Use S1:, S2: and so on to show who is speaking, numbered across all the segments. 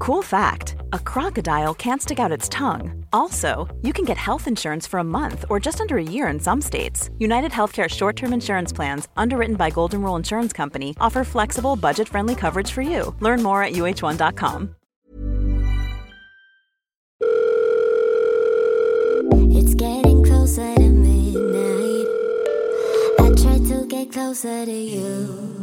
S1: Cool fact a crocodile can't stick out its tongue. Also, you can get health insurance for a month or just under a year in some states. United Healthcare short term insurance plans, underwritten by Golden Rule Insurance Company, offer flexible, budget friendly coverage for you. Learn more at uh1.com.
S2: It's getting closer to midnight. I try to get closer to you.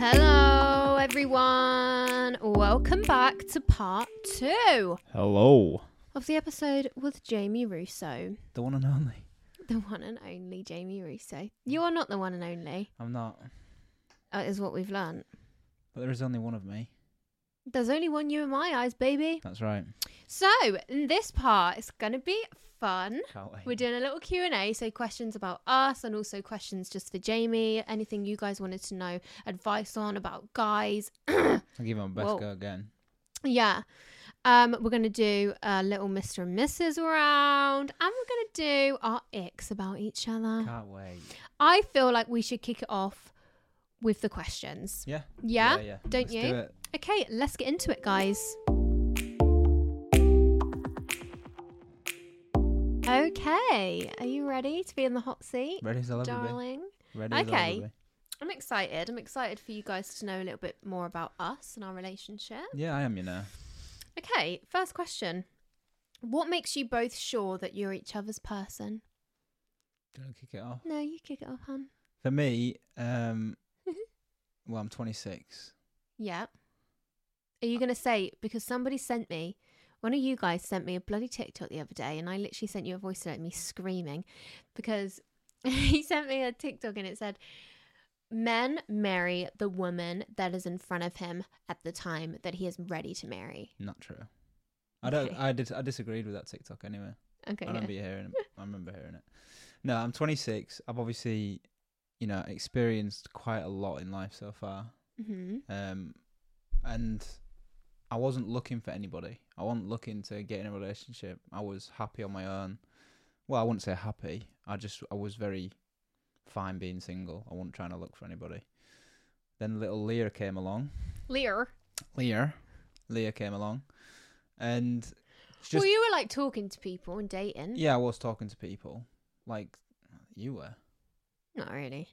S3: Hello, everyone. Welcome back to part two
S4: Hello.
S3: of the episode with Jamie Russo,
S4: The one and only.
S3: the one and only Jamie Russo. You are not the one and only,
S4: I'm not.
S3: uh, is what we've learnt.
S4: But there is only one of me.
S3: There's only one you in my eyes, baby.
S4: That's right.
S3: So, in this part, it's going to be fun.
S4: Can't wait.
S3: We're doing a little Q&A, so questions about us and also questions just for Jamie, anything you guys wanted to know advice on about guys,
S4: I'll give him a best
S3: Whoa.
S4: go again.
S3: Yeah. Um, we're going to do a little Mr. and Mrs. round, and we're going to do our icks about each other.
S4: Can't wait.
S3: I feel like we should kick it off with the questions.
S4: Yeah.
S3: Yeah? Don't
S4: Let's
S3: you?
S4: Do it.
S3: Okay, let's get into it, guys. Okay, are you ready to be in the hot seat,
S4: Ready as I'll ever be.
S3: darling?
S4: Ready as I'll
S3: Okay.
S4: ever
S3: I'm excited. I'm excited for you guys to know a little bit more about us and our relationship.
S4: be. Yeah, I am, you know.
S3: Okay, first question. What makes you both sure that you're each other's person?
S4: Do you want to kick it off?
S3: No, you kick it off, hon.
S4: For me, um, well, I'm 26.
S3: Yeah. Are you going to say, because somebody sent me, one of you guys sent me a bloody TikTok the other day, and I literally sent you a voice note of me screaming because he sent me a TikTok and it said, Men marry the woman that is in front of him at the time that he is ready to marry.
S4: Not true. I don't.
S3: Okay.
S4: I dis- I disagreed with that TikTok anyway.
S3: Okay.
S4: I
S3: yeah.
S4: remember you hearing. It. I remember hearing it. No, I'm 26. I've obviously, you know, experienced quite a lot in life so far.
S3: Mhm.
S4: um, and I wasn't looking for anybody. I wasn't looking to get in a relationship. I was happy on my own. Well, I wouldn't say happy. I just I was very fine being single. I wasn't trying to look for anybody. Then little Leah came along.
S3: Lear.
S4: Leah, Leah came along, and just
S3: well, you were like talking to people and dating.
S4: yeah, I was talking to people like you were.
S3: Not really.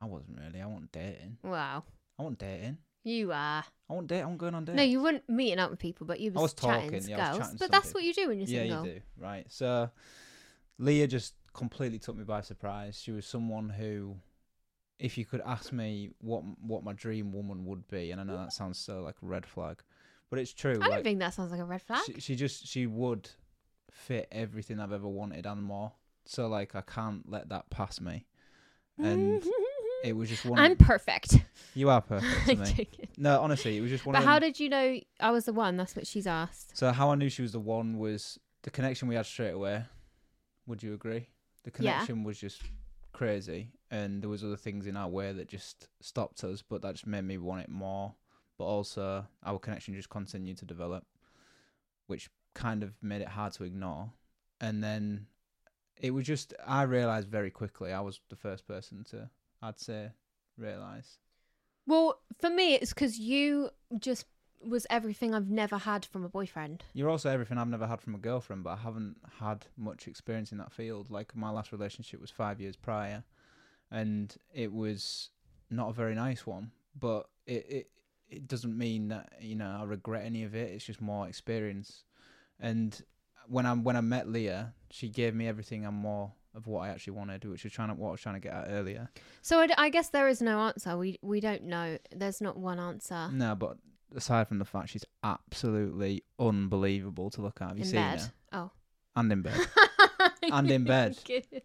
S4: I wasn't really. I wasn't dating.
S3: Wow.
S4: I wasn't dating.
S3: You are.
S4: I wasn't date. I wasn't going on dates.
S3: No, you weren't meeting up with people, but you
S4: I
S3: was,
S4: was
S3: chatting
S4: talking,
S3: to
S4: yeah, I
S3: girls.
S4: was chatting to
S3: but
S4: some
S3: that's
S4: people.
S3: what you do when you're
S4: yeah,
S3: single.
S4: you do. Right. So Leah just completely took me by surprise. She was someone who, if you could ask me what what my dream woman would be, and I know that sounds so like a red flag, but it's true.
S3: I don't
S4: like,
S3: think that sounds like a red flag.
S4: She, she just she would fit everything I've ever wanted and more. So like I can't let that pass me. And it was just one.
S3: I'm perfect.
S4: you are perfect to
S3: I'm
S4: me.
S3: joking.
S4: No, honestly, it was just one.
S3: But
S4: of
S3: how
S4: them-
S3: did you know I was the one? That's what she's asked.
S4: So how I knew she was the one was the connection we had straight away. Would you agree? The
S3: Yeah.
S4: connection was just crazy, and there was other things in our way that just stopped us, but that just made me want it more. But also, our connection just continued to develop, which kind of made it hard to ignore. And then it was just I realized very quickly I was the first person to I'd say realize.
S3: Well, for me, it's because you just was everything I've never had from a boyfriend.
S4: You're also everything I've never had from a girlfriend, but I haven't had much experience in that field. Like my last relationship was five years prior, and it was not a very nice one. But it it, it doesn't mean that you know I regret any of it. It's just more experience. And when I when I met Leah, she gave me everything and more of what I actually wanted, which was trying to what I was trying to get at earlier.
S3: So I, d- I guess there is no answer. We we don't know. There's not one answer.
S4: No, but aside from the fact she's absolutely unbelievable to look at. Have you
S3: in
S4: seen
S3: bed.
S4: her?
S3: Oh.
S4: And in bed. And in bed.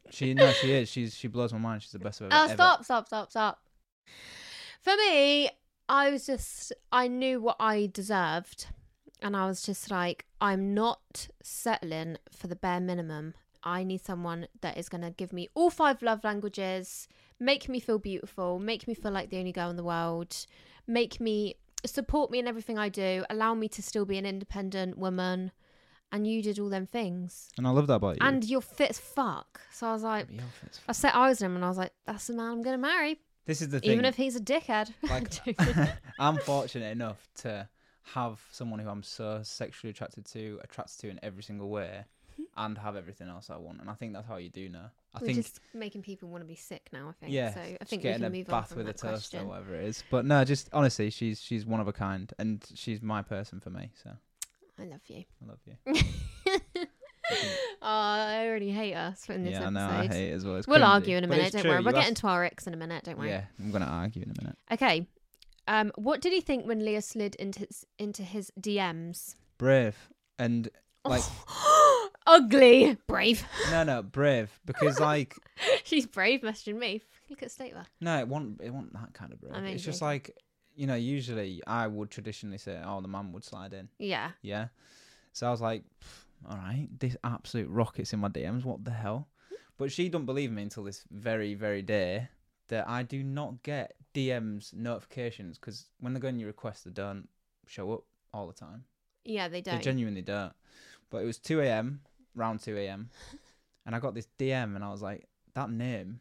S4: She no, she is. She's she blows my mind. She's the best of
S3: Oh,
S4: ever.
S3: stop, stop, stop, stop. For me, I was just, I knew what I deserved. And I was just like, I'm not settling for the bare minimum. I need someone that is going to give me all five love languages, make me feel beautiful, make me feel like the only girl in the world, make me support me in everything I do, allow me to still be an independent woman. And you did all them things.
S4: And I love that about you.
S3: And you're fit as fuck. So I was like,
S4: Yeah, it's-
S3: I set eyes on him and I was like, that's the man I'm going to marry,
S4: this is the thing.
S3: even if he's a dickhead.
S4: like I'm fortunate enough to have someone who I'm so sexually attracted to, attracted to in every single way, and have everything else I want. And I think that's how you do know. I
S3: We're
S4: think
S3: just making people want to be sick now, I think.
S4: yeah,
S3: so I
S4: just
S3: think we
S4: getting
S3: can
S4: a
S3: move on
S4: bath
S3: from
S4: with
S3: that
S4: a toast or
S3: question.
S4: whatever it is. But no, just honestly, she's she's one of a kind, and she's my person for me. So
S3: I love you.
S4: I love you.
S3: Oh, I already hate us in this
S4: yeah, I
S3: episode.
S4: know I hate it as well. It's
S3: we'll
S4: cringy,
S3: argue in a
S4: but
S3: minute,
S4: it's
S3: don't
S4: true.
S3: worry.
S4: You
S3: We're getting
S4: asked-
S3: to our ex in a minute, don't worry.
S4: Yeah, I'm gonna argue in a minute.
S3: Okay. Um, what did he think when Leah slid into his, into his DMs?
S4: Brave and like
S3: Ugly. Brave.
S4: no, no, brave because like
S3: She's brave messaging me. Look at State
S4: No, it won't. It won't that kind of brave.
S3: mean,
S4: it's just
S3: yeah.
S4: like you know. Usually, I would traditionally say, "Oh, the man would slide in."
S3: Yeah.
S4: Yeah. So I was like, "Pff, "All right, this absolute rockets in my DMs. What the hell?" But she don't believe me until this very, very day that I do not get DMs notifications because when they go in your request, they don't show up all the time.
S3: Yeah, they
S4: They
S3: don't.
S4: genuinely don't. But it was 2 a.m., round 2 a.m., and I got this DM, and I was like, that name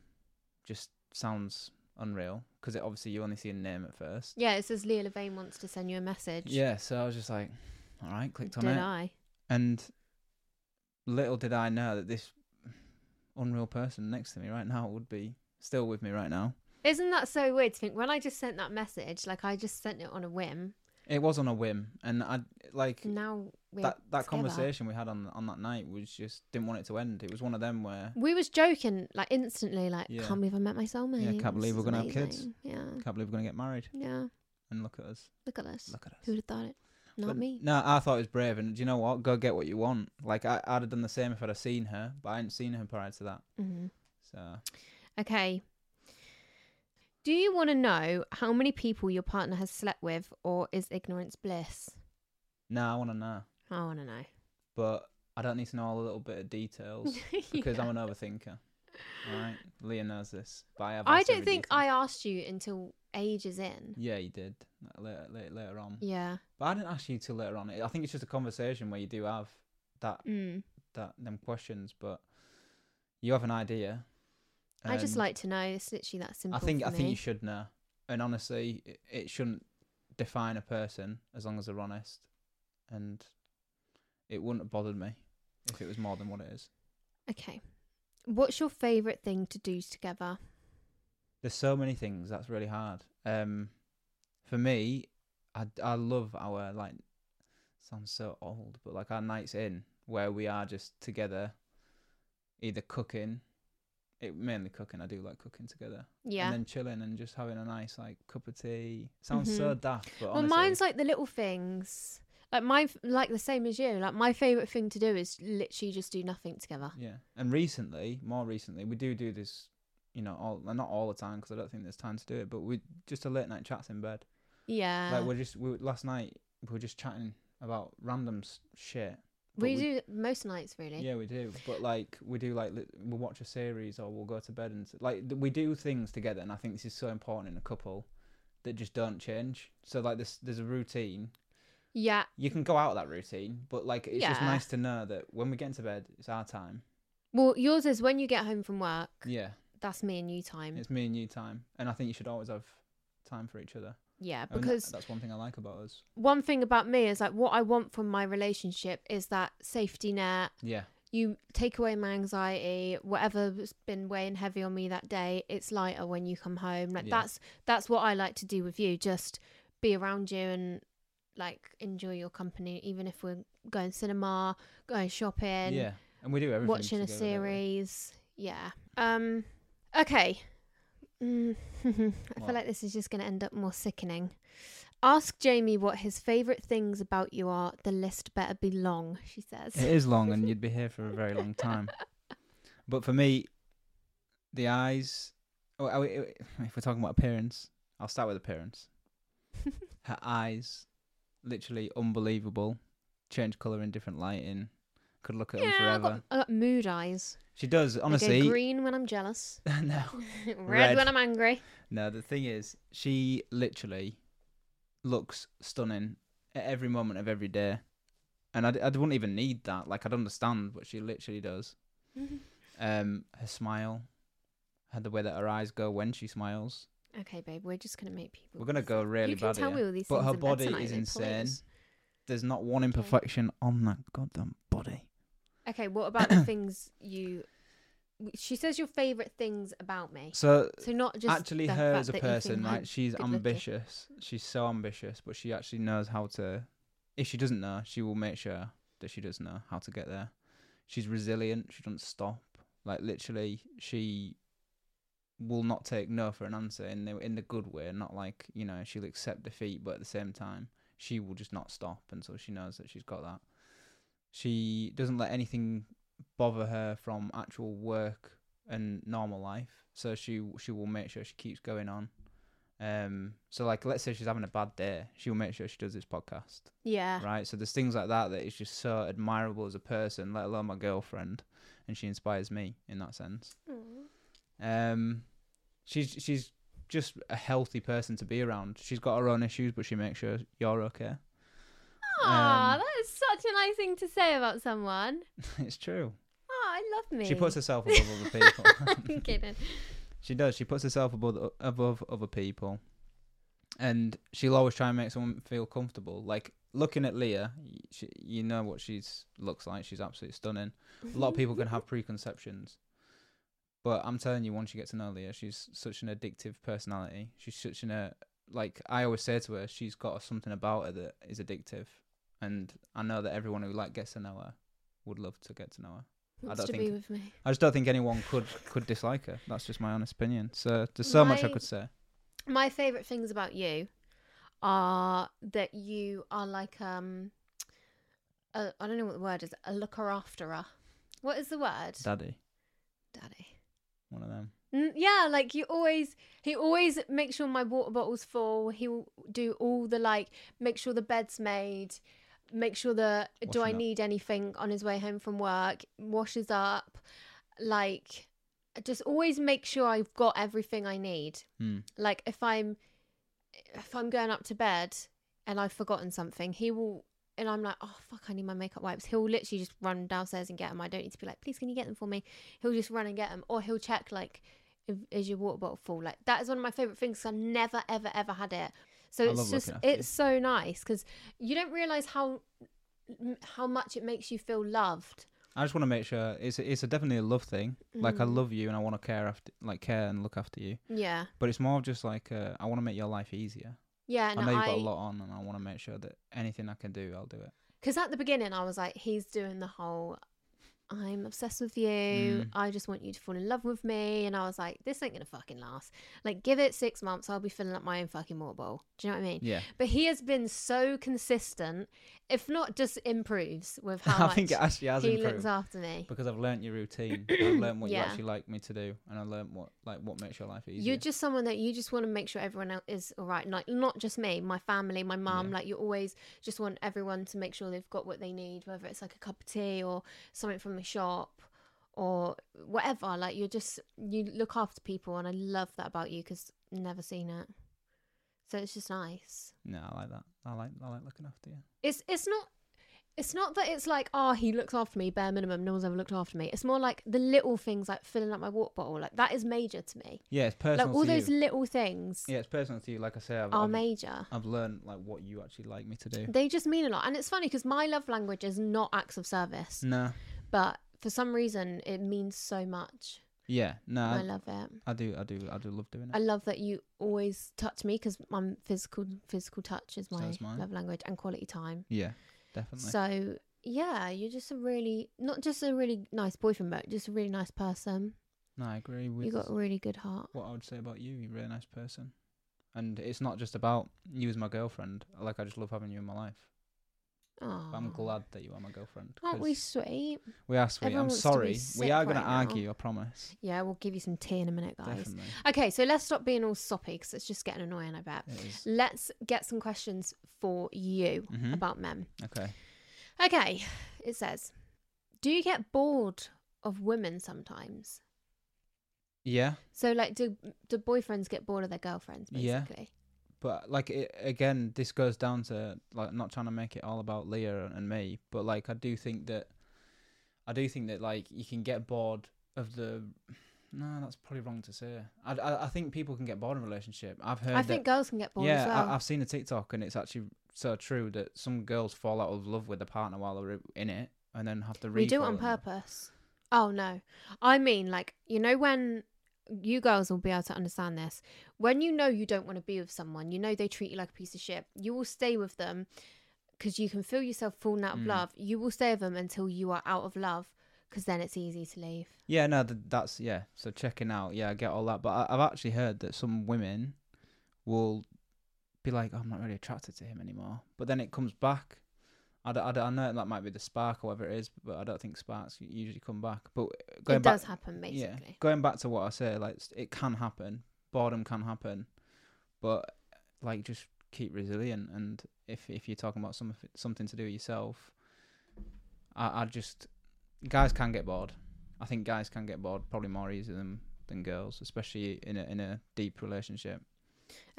S4: just sounds unreal because obviously you only see a name at first.
S3: yeah, it says Leah Levine wants to send you a message.
S4: Yeah, so I was just like, all right, clicked on
S3: Did
S4: it.
S3: I?
S4: And little did I know that this unreal person next to me right now would be still with me right now.
S3: Isn't that so weird to think? When I just sent that message, like I just sent it on a whim.
S4: It was on a whim, and I like
S3: Now we're
S4: that that
S3: together.
S4: conversation we had on on that night was just didn't want it to end. It was one of them where
S3: We was joking like instantly, like
S4: Yeah.
S3: can't believe I met my soulmate.
S4: Yeah, can't believe
S3: This
S4: we're
S3: is
S4: gonna have kids.
S3: amazing." Yeah,
S4: can't believe we're gonna get married.
S3: yeah.
S4: And look at us.
S3: Look at us.
S4: Look at us.
S3: Who'd have thought it? Not
S4: But
S3: me.
S4: No, I thought it was brave. And do you know what? Go get what you want. Like, I, I'd have done the same if I'd have seen her, but I hadn't seen her prior to that.
S3: hmm
S4: So,
S3: Okay. Do you want to know how many people your partner has slept with, or is ignorance bliss?
S4: no, I want to know.
S3: I want to know.
S4: But I don't need to know all the little bit of details because I'm an overthinker. All right? Leah knows this. But I, have
S3: I
S4: asked
S3: don't
S4: every
S3: think
S4: detail.
S3: I asked you until ages in.
S4: Yeah, you did. Later, later, later on.
S3: Yeah.
S4: But I didn't ask you till later on. I think it's just a conversation where you do have that,
S3: Mm.
S4: that them questions, but you have an idea.
S3: I just
S4: and-
S3: like to know. It's literally that simple.
S4: I think
S3: for
S4: I think
S3: me.
S4: you should know. And honestly, it, it shouldn't define a person as long as they're honest. And it wouldn't have bothered me if it was more than what it is.
S3: Okay. What's your favourite thing to do together?
S4: There's so many things that's really hard. Um, for me, I I love our like sounds so old, but like our nights in where we are just together, either cooking, it mainly cooking. I do like cooking together.
S3: Yeah.
S4: And then chilling and just having a nice like cup of tea. Sounds so
S3: Mhm.
S4: daft, but
S3: Well,
S4: honestly,
S3: mine's like the little things. Like my f- like the same as you. Like my favorite thing to do is literally just do nothing together.
S4: Yeah, and recently, more recently, we do do this. You know, all well, not all the time because I don't think there's time to do it. But we just a late night chats in bed.
S3: Yeah.
S4: like we're just we were- last night we were just chatting about random s- shit. but
S3: we, do most nights really.
S4: Yeah, we do. But like we do like li- we'll watch a series or we'll go to bed and s- like th- we do things together. And I think this is so important in a couple that just don't change. So like this, there's a routine.
S3: Yeah.
S4: You can go out of that routine, but like it's just
S3: Yeah.
S4: nice to know that when we get into bed, it's our time.
S3: Well, yours is when you get home from work.
S4: Yeah.
S3: That's me and you time.
S4: It's me and you time, and I think you should always have time for each other.
S3: yeah,
S4: I mean, that-
S3: because
S4: that's one thing I like about us.
S3: one thing about me is like what I want from my relationship is that safety net.
S4: Yeah,
S3: You take away my anxiety, whatever's been weighing heavy on me that day, it's lighter when you come home. Like
S4: Yeah.
S3: that's that's what I like to do with you. Just be around you and like enjoy your company, even if we're going cinema, going shopping,
S4: yeah, and we do everything.
S3: watching a
S4: together, don't we?
S3: series. Yeah. Um. Okay. Mm, I
S4: What?
S3: feel like this is just going to end up more sickening. Ask Jamie what his favourite things about you are. The list better be long, she says.
S4: It is long, and you'd be here for a very long time. But for me, the eyes. oh, oh, If we're talking about appearance, I'll start with appearance. her eyes, literally unbelievable, change color in different lighting. Could look at them
S3: yeah, I
S4: forever.
S3: got, I got mood eyes.
S4: She does
S3: I go
S4: honestly.
S3: green when I'm jealous,
S4: no,
S3: red,
S4: Red.
S3: when I'm angry.
S4: no. The thing is, she literally looks stunning at every moment of every day, and I, d- I wouldn't even need that. Like I'd understand, but she literally does. um, her smile, her the way that her eyes go when she smiles.
S3: Okay, babe, we're just gonna make people.
S4: We're gonna go really
S3: you can
S4: bad
S3: tell
S4: here.
S3: me all these
S4: but
S3: things
S4: her
S3: in bed
S4: body
S3: tonight,
S4: is
S3: though,
S4: insane.
S3: please.
S4: There's not one imperfection on that goddamn body.
S3: Okay, what about the things you? She says your favorite things about me.
S4: So
S3: So not just
S4: actually
S3: the
S4: her
S3: fact
S4: as a
S3: that you think
S4: person
S3: I'm
S4: right she's
S3: good-looking.
S4: ambitious she's so ambitious but she actually knows how to if she doesn't know she will make sure that she does know how to get there she's resilient she doesn't stop like literally she will not take no for an answer in the in the good way not like you know she'll accept defeat but at the same time she will just not stop until she knows that she's got that she doesn't let anything bother her from actual work and normal life. So she she will make sure she keeps going on. Um, so like let's say she's having a bad day, she will make sure she does this podcast,
S3: Yeah.
S4: right? So there's things like that that is just so admirable as a person, let alone my girlfriend, and she inspires me in that sense. Um, she's she's just a healthy person to be around. She's got her own issues, but she makes sure you're okay.
S3: Aw,
S4: Um,
S3: that is such a nice thing to say about someone.
S4: it's true.
S3: Oh, I love me.
S4: She puts herself above other people.
S3: I'm kidding.
S4: She does. She puts herself above above other people, and she'll always try and make someone feel comfortable. Like looking at Leah, y- she, you know what she's looks like. She's absolutely stunning. A lot of people can have preconceptions, but I'm telling you, once you get to know Leah, she's such an addictive personality. She's such an uh, like I always say to her, she's got something about her that is addictive, and I know that everyone who like gets to know her would love to get to know her.
S3: Wants
S4: don't
S3: to
S4: think-
S3: be with me.
S4: I just don't think anyone could could dislike her. That's just my honest opinion. So there's so much I
S3: My-
S4: could say.
S3: My favorite things about you are that you are like um, a, I don't know what the word is. A looker afterer. What is the word?
S4: Daddy,
S3: Daddy.
S4: one of them.
S3: Mm, Yeah, like you always, he always makes sure my water bottle's full. He'll do all the like, make sure the bed's made, make sure the do
S4: Washing
S3: I
S4: up.
S3: need anything on his way home from work, washes up, like, just always make sure I've got everything I need.
S4: Hmm.
S3: Like if I'm, if I'm going up to bed and I've forgotten something, he will. And I'm like, oh fuck, I need my makeup wipes. He'll literally just run downstairs and get them. I don't need to be like, please, can you get them for me? He'll just run and get them, or he'll check like, if, is your water bottle full? Like that is one of my favorite things. 'cause I've never, ever, ever had it. So
S4: I
S3: it's
S4: love
S3: just,
S4: looking after you.
S3: it's so nice because you don't realize how m- how much it makes you feel loved.
S4: I just want to make sure it's it's a definitely a love thing. Like I
S3: Mm.
S4: love you and I want to care after, like care and look after you.
S3: Yeah,
S4: But it's more of just like uh, I want to make your life easier.
S3: yeah. And
S4: I know you've
S3: I,
S4: got a lot on, and I want to make sure that anything I can do, I'll do it.
S3: Because at the beginning, I was like, he's doing the whole, I'm obsessed with you.
S4: Mm.
S3: I just want you to fall in love with me. And I was like, this ain't going to fucking last. Like, give it six months. I'll be filling up my own fucking water bowl. Do you know what I mean?
S4: Yeah.
S3: But he has been so consistent, if not just improves with how
S4: I
S3: much
S4: think it actually has
S3: he
S4: improved
S3: looks after me.
S4: because I've learnt your routine. I've learnt what
S3: Yeah.
S4: you actually like me to do, and I learnt what like what makes your life easier.
S3: You're just someone that you just want to make sure everyone else is all right. Like not just me, my family, my mum. Like you always just want everyone to make sure they've got what they need, whether it's like a cup of tea or something from the shop or whatever. Like you're just you look after people, and I love that about you because never seen it. So it's just nice.
S4: no, I like that. I like I like looking after you.
S3: It's it's not. It's not that it's like, oh, he looks after me, bare minimum, no one's ever looked after me. It's more like the little things like filling up my water bottle, like that is major to me.
S4: Yeah, it's personal.
S3: like all
S4: to
S3: those
S4: you.
S3: little things
S4: yeah, it's personal to you. Like I say, I've,
S3: are
S4: I've,
S3: major.
S4: I've learned like what you actually like me to do.
S3: They just mean a lot. And it's funny because my love language is not acts of service,
S4: No.
S3: but for some reason it means so much.
S4: Yeah. No.
S3: And I
S4: I,
S3: love it.
S4: I do. I do. I do love doing
S3: I
S4: it.
S3: love that you always touch me because my physical physical touch is
S4: So
S3: my
S4: is mine.
S3: love language and quality time.
S4: yeah. Definitely.
S3: So yeah, you're just a really not just a really nice boyfriend, but just a really nice person.
S4: no, I agree with
S3: You got a really good heart.
S4: what I would say about you. You're a really nice person, and it's not just about you as my girlfriend. Like I just love having you in my life.
S3: Oh,
S4: I'm glad that you are my girlfriend.
S3: Aren't we
S4: 'cause
S3: sweet?
S4: we are sweet.
S3: everyone
S4: I'm
S3: wants to be
S4: sorry.
S3: sick
S4: We are going
S3: right
S4: to
S3: now.
S4: argue. I promise.
S3: Yeah, we'll give you some tea in a minute, guys.
S4: Definitely.
S3: Okay, so let's stop being all soppy because it's just getting annoying, I bet.
S4: It is.
S3: Let's get some questions for you
S4: Mhm.
S3: about men.
S4: Okay.
S3: Okay, it says, Do you get bored of women sometimes?
S4: Yeah,
S3: So, like, do do boyfriends get bored of their girlfriends,
S4: Yeah.
S3: basically?
S4: but like it, again, this goes down to like not trying to make it all about Leah and me, but like I do think that I do think that like you can get bored of the. No, that's probably wrong to say. I, I, I think people can get bored in a relationship. I've heard.
S3: I
S4: that-
S3: think girls can get bored
S4: yeah,
S3: as well.
S4: I, I've seen a TikTok, and it's actually so true that some girls fall out of love with their partner while they're in it, and then have to.
S3: we do it
S4: re-fall
S3: on
S4: in love.
S3: purpose. Oh, no. I mean, like, you know, when you girls will be able to understand this, when you know you don't want to be with someone, you know they treat you like a piece of shit, you will stay with them because you can feel yourself falling
S4: Mm.
S3: out of love. You will stay with them until you are out of love because then it's easy to leave.
S4: Yeah, no, th- that's yeah. So checking out, yeah, I get all that, but I, I've actually heard that some women will be like, oh, "I'm not really attracted to him anymore," but then it comes back. I, d- I, d- I know that might be the spark or whatever it is, but I don't think sparks u- usually come back. But going
S3: it
S4: back,
S3: does happen,
S4: yeah,
S3: basically.
S4: going back to what I say, like s- it can happen. Boredom can happen, but like just keep resilient. And if if you're talking about something something to do with yourself, I I just guys can get bored. I think guys can get bored probably more easier than than girls, especially in a in a deep relationship.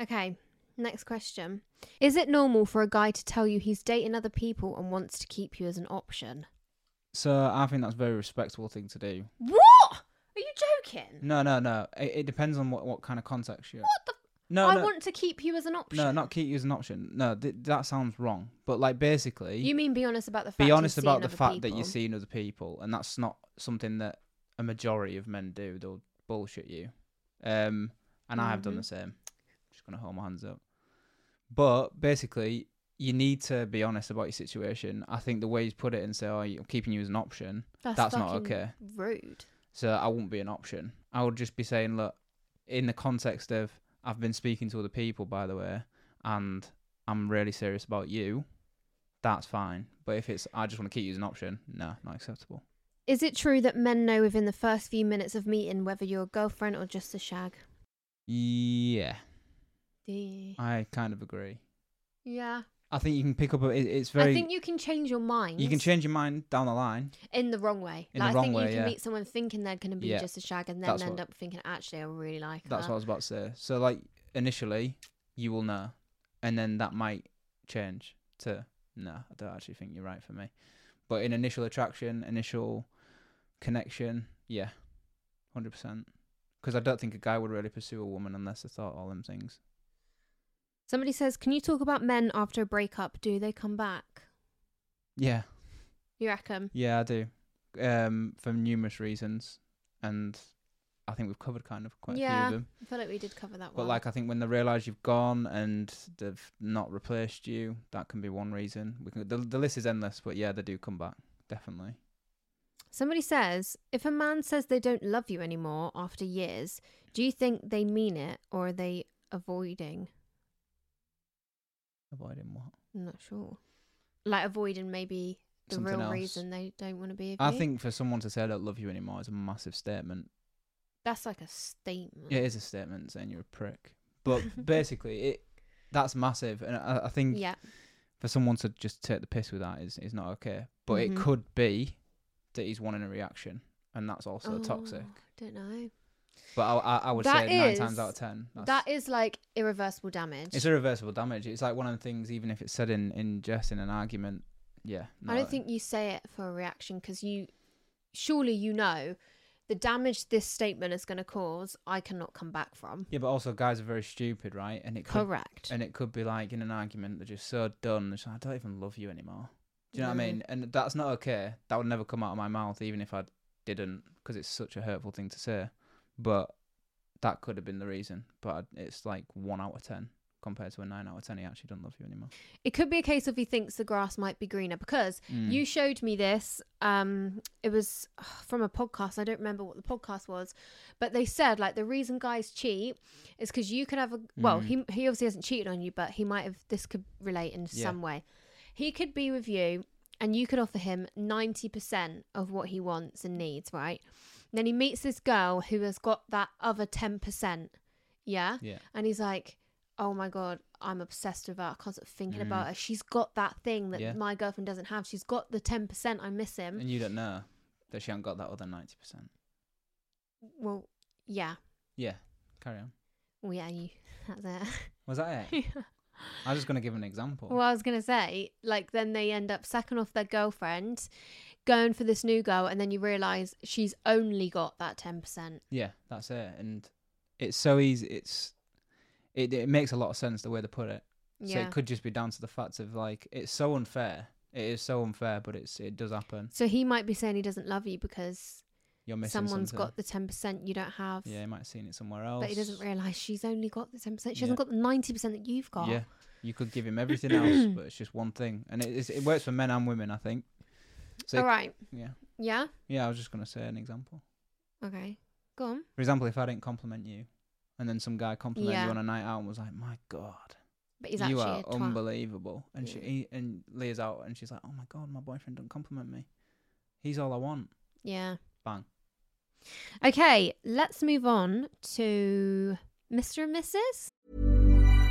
S3: Okay, next question. Is it normal for a guy to tell you he's dating other people and wants to keep you as an option?
S4: So I think that's a very respectable thing to do.
S3: What? Are you joking?
S4: No, no, no. It, it depends on what, what kind of context you're.
S3: What the?
S4: No,
S3: I
S4: no,
S3: want to keep you as an option.
S4: no, not keep you as an option. No, th- that sounds wrong. But like basically,
S3: You mean be honest about the fact?
S4: be
S3: you're
S4: honest about
S3: seeing
S4: the
S3: other
S4: fact that
S3: people?
S4: you're seeing other people, and that's not something that a majority of men do. They'll bullshit you, um, and I
S3: Mm-hmm.
S4: have done the same. Just gonna hold my hands up. But basically, you need to be honest about your situation. I think the way you put it and say, "Oh, I'm keeping you as an option," that's, not
S3: fucking
S4: okay.
S3: Rude.
S4: So I wouldn't be an option. I would just be saying, "Look, in the context of I've been speaking to other people, by the way, and I'm really serious about you, that's fine. But if it's I just want to keep you as an option, no, not acceptable.
S3: Is it true that men know within the first few minutes of meeting whether you're a girlfriend or just a shag?
S4: Yeah,
S3: Yeah.
S4: I kind of agree.
S3: Yeah.
S4: I think you can pick up. A, it- it's very.
S3: I think you can change your mind.
S4: you can change your mind down the line.
S3: in the wrong way.
S4: In the
S3: like, I
S4: wrong
S3: think you
S4: way,
S3: can
S4: yeah.
S3: meet someone thinking they're going to be
S4: Yeah.
S3: just a shag, and then
S4: That's
S3: end
S4: what-
S3: up thinking, actually, I really like
S4: That's
S3: her.
S4: what I was about to say. So like initially, you will know, and then that might change to no. I don't actually think you're right for me. But in initial attraction, initial connection, yeah, hundred percent. Because I don't think a guy would really pursue a woman unless they thought all them things.
S3: Somebody says, "Can you talk about men after a breakup? Do they come back?
S4: Yeah,
S3: You reckon?"
S4: yeah, I do. Um, for numerous reasons, and I think we've covered kind of quite a few
S3: yeah,
S4: of them.
S3: I feel like we did cover that
S4: But
S3: one.
S4: like I think when they realise you've gone and they've not replaced you, that can be one reason. We can the, the list is endless, but yeah, they do come back definitely.
S3: Somebody says, if a man says they don't love you anymore after years, do you think they mean it or are they avoiding?
S4: Avoiding what?
S3: I'm not sure. Like avoiding maybe the
S4: Something
S3: real
S4: else.
S3: reason they don't want to be with
S4: I
S3: you.
S4: think for someone to say I don't love you anymore is a massive statement.
S3: that's like a statement.
S4: It is a statement saying you're a prick, but basically it that's massive, and I, I think
S3: Yeah.
S4: for someone to just take the piss with that is is not okay. But
S3: Mhm.
S4: it could be that he's wanting a reaction, and that's also toxic.
S3: Oh, don't know.
S4: But I I, I would
S3: That
S4: say nine
S3: is-
S4: times out of ten that's,
S3: That is like irreversible damage.
S4: It's irreversible damage. It's like one of the things, even if it's said in, in jest in an argument. Yeah.
S3: I
S4: no.
S3: don't think you say it for a reaction because you surely you know the damage this statement is going to cause, I cannot come back from.
S4: Yeah, but also guys are very stupid, right? And it could,
S3: Correct.
S4: And it could be like in an argument they're just so done. They're just like, I don't even love you anymore. Do you know what
S3: No.
S4: I mean? And that's not okay. That would never come out of my mouth, even if I didn't, because it's such a hurtful thing to say. But that could have been the reason. But it's like one out of ten compared to a nine out of ten. He actually don't love you anymore.
S3: It could be a case of he thinks the grass might be greener because
S4: Mm.
S3: you showed me this. Um, it was ugh, from a podcast. I don't remember what the podcast was, but they said like the reason guys cheat is
S4: Mm.
S3: because you could have a well. He he obviously hasn't cheated on you, but he might have. This could relate in
S4: Yeah.
S3: some way. He could be with you and you could offer him 90% of what he wants and needs, right? Then he meets this girl who has got that other 10%. Yeah?
S4: Yeah.
S3: And he's like, oh my God, I'm obsessed with her. I can't stop thinking about her. She's got that thing that
S4: Mm. Yeah.
S3: my girlfriend doesn't have. She's got the 10%. I miss him.
S4: and you don't know that she hasn't got that other ninety percent.
S3: well, yeah.
S4: Yeah, carry on.
S3: Well, yeah, you. That's
S4: Was that
S3: it.
S4: it? I was just gonna give an example.
S3: Well, I was gonna say, like, then they end up sacking off their girlfriend, going for this new girl, and then you realise she's only got that ten percent.
S4: Yeah, that's it. And it's so easy. It's it it makes a lot of sense the way they put it. So
S3: Yeah.
S4: it could just be down to the fact of like it's so unfair. It is so unfair, but it's it does happen.
S3: So he might be saying he doesn't love you because
S4: You're missing
S3: someone's
S4: something.
S3: got the ten percent you don't have.
S4: Yeah, you might have seen it somewhere else.
S3: But he doesn't realise she's only got the ten percent. She
S4: Yeah.
S3: hasn't got the ninety percent that you've got.
S4: Yeah, you could give him everything else, but it's just one thing, and it it's, it works for men and women, I think. So it-
S3: All right.
S4: Yeah,
S3: Yeah.
S4: yeah. I was just gonna say an example.
S3: Okay. Go on.
S4: For example, if I didn't compliment you, and then some guy complimented
S3: Yeah.
S4: you on a night out and was like, "My God,
S3: But he's
S4: you
S3: actually
S4: are
S3: a twat.
S4: unbelievable," and she
S3: Yeah.
S4: he, and Leah's out and she's like, "Oh my God, my boyfriend don't compliment me. He's all I want."
S3: Yeah.
S4: Bang.
S3: Okay. Let's move on to Mr. and Mrs.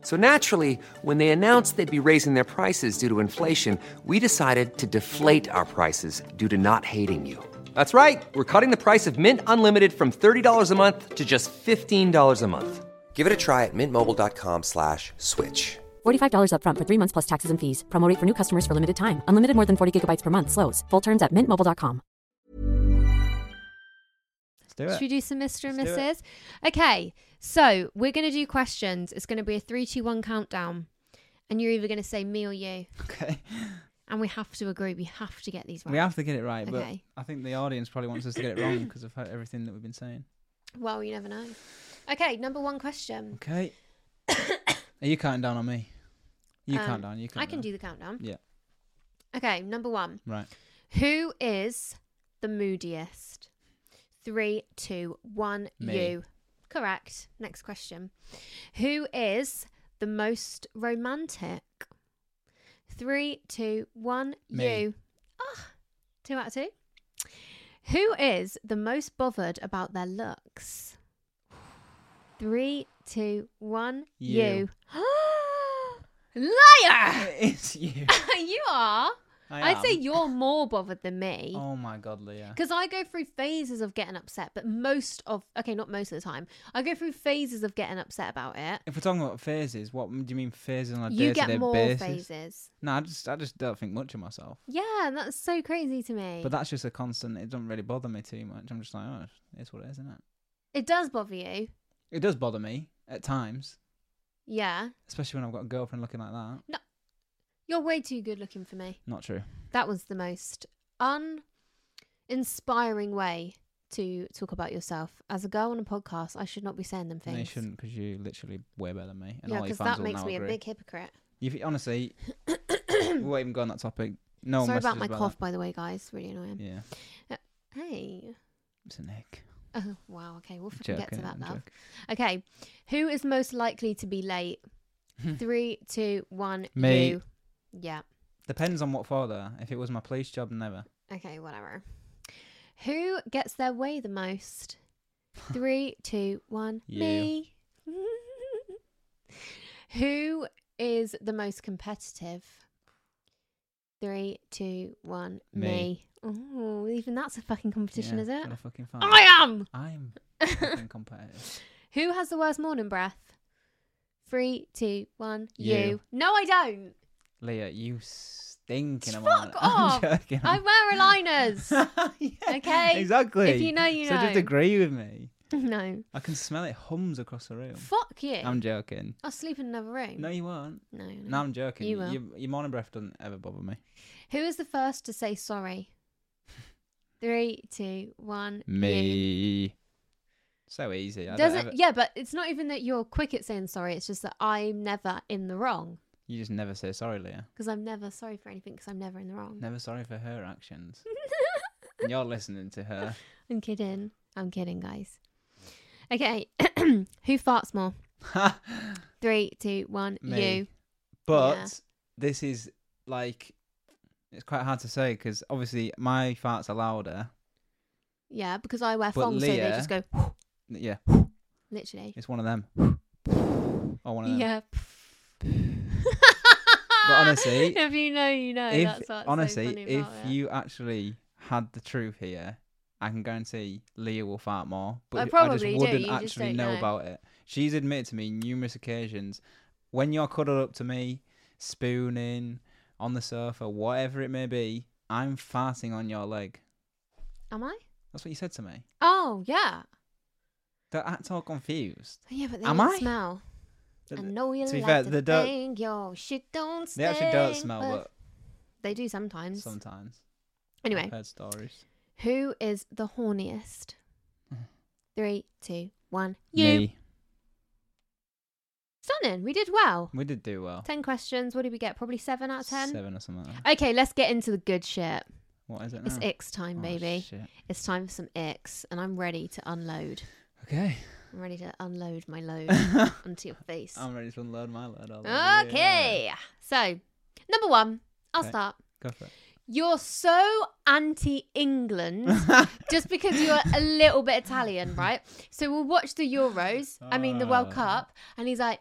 S5: So naturally, when they announced they'd be raising their prices due to inflation, we decided to deflate our prices due to not hating you. That's right. We're cutting the price of Mint Unlimited from $30 a month to just $15 a month. Give it a try at mintmobile.com slash switch.
S6: $45 upfront for three months plus taxes and fees. Promo rate for new customers for limited time. Unlimited more than 40 gigabytes per month. Slows. Full terms at mintmobile.com.
S4: Let's do it.
S3: Should we do some Mr. and
S4: Let's do
S3: Mrs.?
S4: it.
S3: Okay, so we're going to do questions. It's going to be a three, two, one countdown. And you're either going to say me or you.
S4: Okay.
S3: And we have to agree. We have to get these right.
S4: We have to get it right,
S3: Okay.
S4: but I think the audience probably wants us to get it wrong because of how- everything that we've been saying.
S3: Well, you never know. Okay, number one question.
S4: Okay. Are you counting down on me? You
S3: Um,
S4: count down. You count
S3: I can
S4: down.
S3: do the countdown.
S4: Yeah.
S3: Okay, number one.
S4: Right.
S3: Who is the moodiest? Three, two, one,
S4: Me.
S3: you. Correct. Next question. Who is the most romantic? Three, two, one,
S4: Me.
S3: you. Ah, two out of two. Who is the most bothered about their looks? Three, two, one, you.
S4: You.
S3: Liar!
S4: It's you.
S3: you are.
S4: I
S3: I'd say
S4: am.
S3: you're more bothered than me.
S4: Oh my god, Leah.
S3: Because I go through phases of getting upset, but most of okay, not most of the time, I go through phases of getting upset about it.
S4: If we're talking about phases, what do you mean phases on a
S3: You
S4: day-to-day
S3: get more
S4: basis?
S3: phases.
S4: No, I just I just don't think much of myself.
S3: Yeah, and that's so crazy to me.
S4: But that's just a constant. It doesn't really bother me too much. I'm just like, oh, it's what it is, isn't it?
S3: it does bother you.
S4: It does bother me at times,
S3: Yeah,
S4: especially when I've got a girlfriend looking like that.
S3: you're way too good looking for me.
S4: Not true.
S3: That was the most uninspiring way to talk about yourself as a girl on a podcast. I should not be saying them
S4: No,
S3: things.
S4: you shouldn't, because you literally way better than me. And
S3: yeah,
S4: all your
S3: because
S4: fans
S3: that
S4: will
S3: makes
S4: now
S3: me
S4: agree.
S3: a big hypocrite.
S4: You honestly, we won't even go on that topic. No, one
S3: Sorry about
S4: messages
S3: my cough,
S4: that.
S3: by the way, guys. Really annoying.
S4: Yeah,
S3: Hey.
S4: it's a nick.
S3: Oh wow. Okay, we'll
S4: I'm
S3: fucking get to
S4: joking,
S3: that,
S4: I'm
S3: love.
S4: joking.
S3: Okay, who is most likely to be late? Three, two, one.
S4: Me.
S3: You. Yeah.
S4: Depends on what for though. If it was my police job, never.
S3: Okay. Whatever. Who gets their way the most? Three, two, one.
S4: You.
S3: Me. who is the most competitive? Three, two, one.
S4: Me.
S3: Me. Oh, even that's a fucking competition,
S4: Yeah,
S3: is it?
S4: gotta fucking find
S3: I am.
S4: I'm fucking competitive.
S3: Who has the worst morning breath? Three, two, one. You.
S4: You.
S3: No, I don't.
S4: Leah, you stinking. I'm
S3: Fuck
S4: I'm
S3: off.
S4: joking.
S3: I wear aligners.
S4: Yeah,
S3: Okay?
S4: Exactly.
S3: If you know, you
S4: so just
S3: know.
S4: agree with me.
S3: no.
S4: I can smell it hums across the room.
S3: Fuck you.
S4: I'm joking.
S3: I'll sleep in another room.
S4: No, you won't.
S3: No, no.
S4: No, I'm joking.
S3: You will.
S4: Your, your morning breath doesn't ever bother me.
S3: Who is the first to say sorry? Three, two, one. you.
S4: Me. So easy. I
S3: Doesn't
S4: don't ever,
S3: yeah, but it's not even that you're quick at saying sorry. It's just that I'm never in the wrong
S4: You just never say sorry, Leah.
S3: because I'm never sorry for anything because I'm never in the wrong.
S4: Never sorry for her actions. And You're listening to her.
S3: I'm kidding. I'm kidding, guys. Okay, who farts more? Three, two, one.
S4: Me.
S3: You.
S4: But
S3: Yeah.
S4: this is like, it's quite hard to say because obviously my farts are louder.
S3: Yeah, because I wear
S4: But
S3: thongs, so they
S4: Leah-
S3: just go
S4: Yeah,
S3: literally.
S4: it's one of them. Or one of them.
S3: Yeah.
S4: honestly,
S3: if you know, you know.
S4: if
S3: That's what's
S4: honestly,
S3: so funny
S4: if
S3: about it.
S4: you actually had the truth here, I can guarantee Leah will fart more.
S3: I
S4: But
S3: probably
S4: just
S3: do,
S4: wouldn't
S3: you just
S4: actually
S3: don't
S4: know
S3: know.
S4: about it. She's admitted to me numerous occasions when you're cuddled up to me, spooning on the sofa, whatever it may be. I'm farting on your leg.
S3: am I?
S4: That's what you said to me.
S3: Oh yeah,
S4: Don't act all confused.
S3: yeah, but they
S4: Am
S3: don't
S4: I?
S3: smell. I know you
S4: to
S3: like
S4: be fair,
S3: to
S4: they don't.
S3: think your shit don't
S4: They
S3: stink.
S4: actually don't smell, but
S3: they do sometimes.
S4: sometimes.
S3: anyway,
S4: I've heard stories.
S3: who is the horniest? Three, two, one. You.
S4: Mm. Me.
S3: Stunning. We did well.
S4: We did do well.
S3: Ten questions. What did we get? Probably seven out of ten.
S4: Oh. Seven or something. like that.
S3: Okay, let's get into the good shit.
S4: What is it now?
S3: It's X time,
S4: Oh,
S3: baby.
S4: shit.
S3: It's time for some X, and I'm ready to unload.
S4: Okay.
S3: I'm ready to unload my load onto your face.
S4: I'm ready to unload my load. all over you.
S3: Okay. So, number one, I'll
S4: Okay.
S3: start.
S4: Go for it.
S3: You're so anti England just because you're a little bit Italian, right? So we'll watch the Euros, I mean the
S4: Ah.
S3: World Cup, and he's like,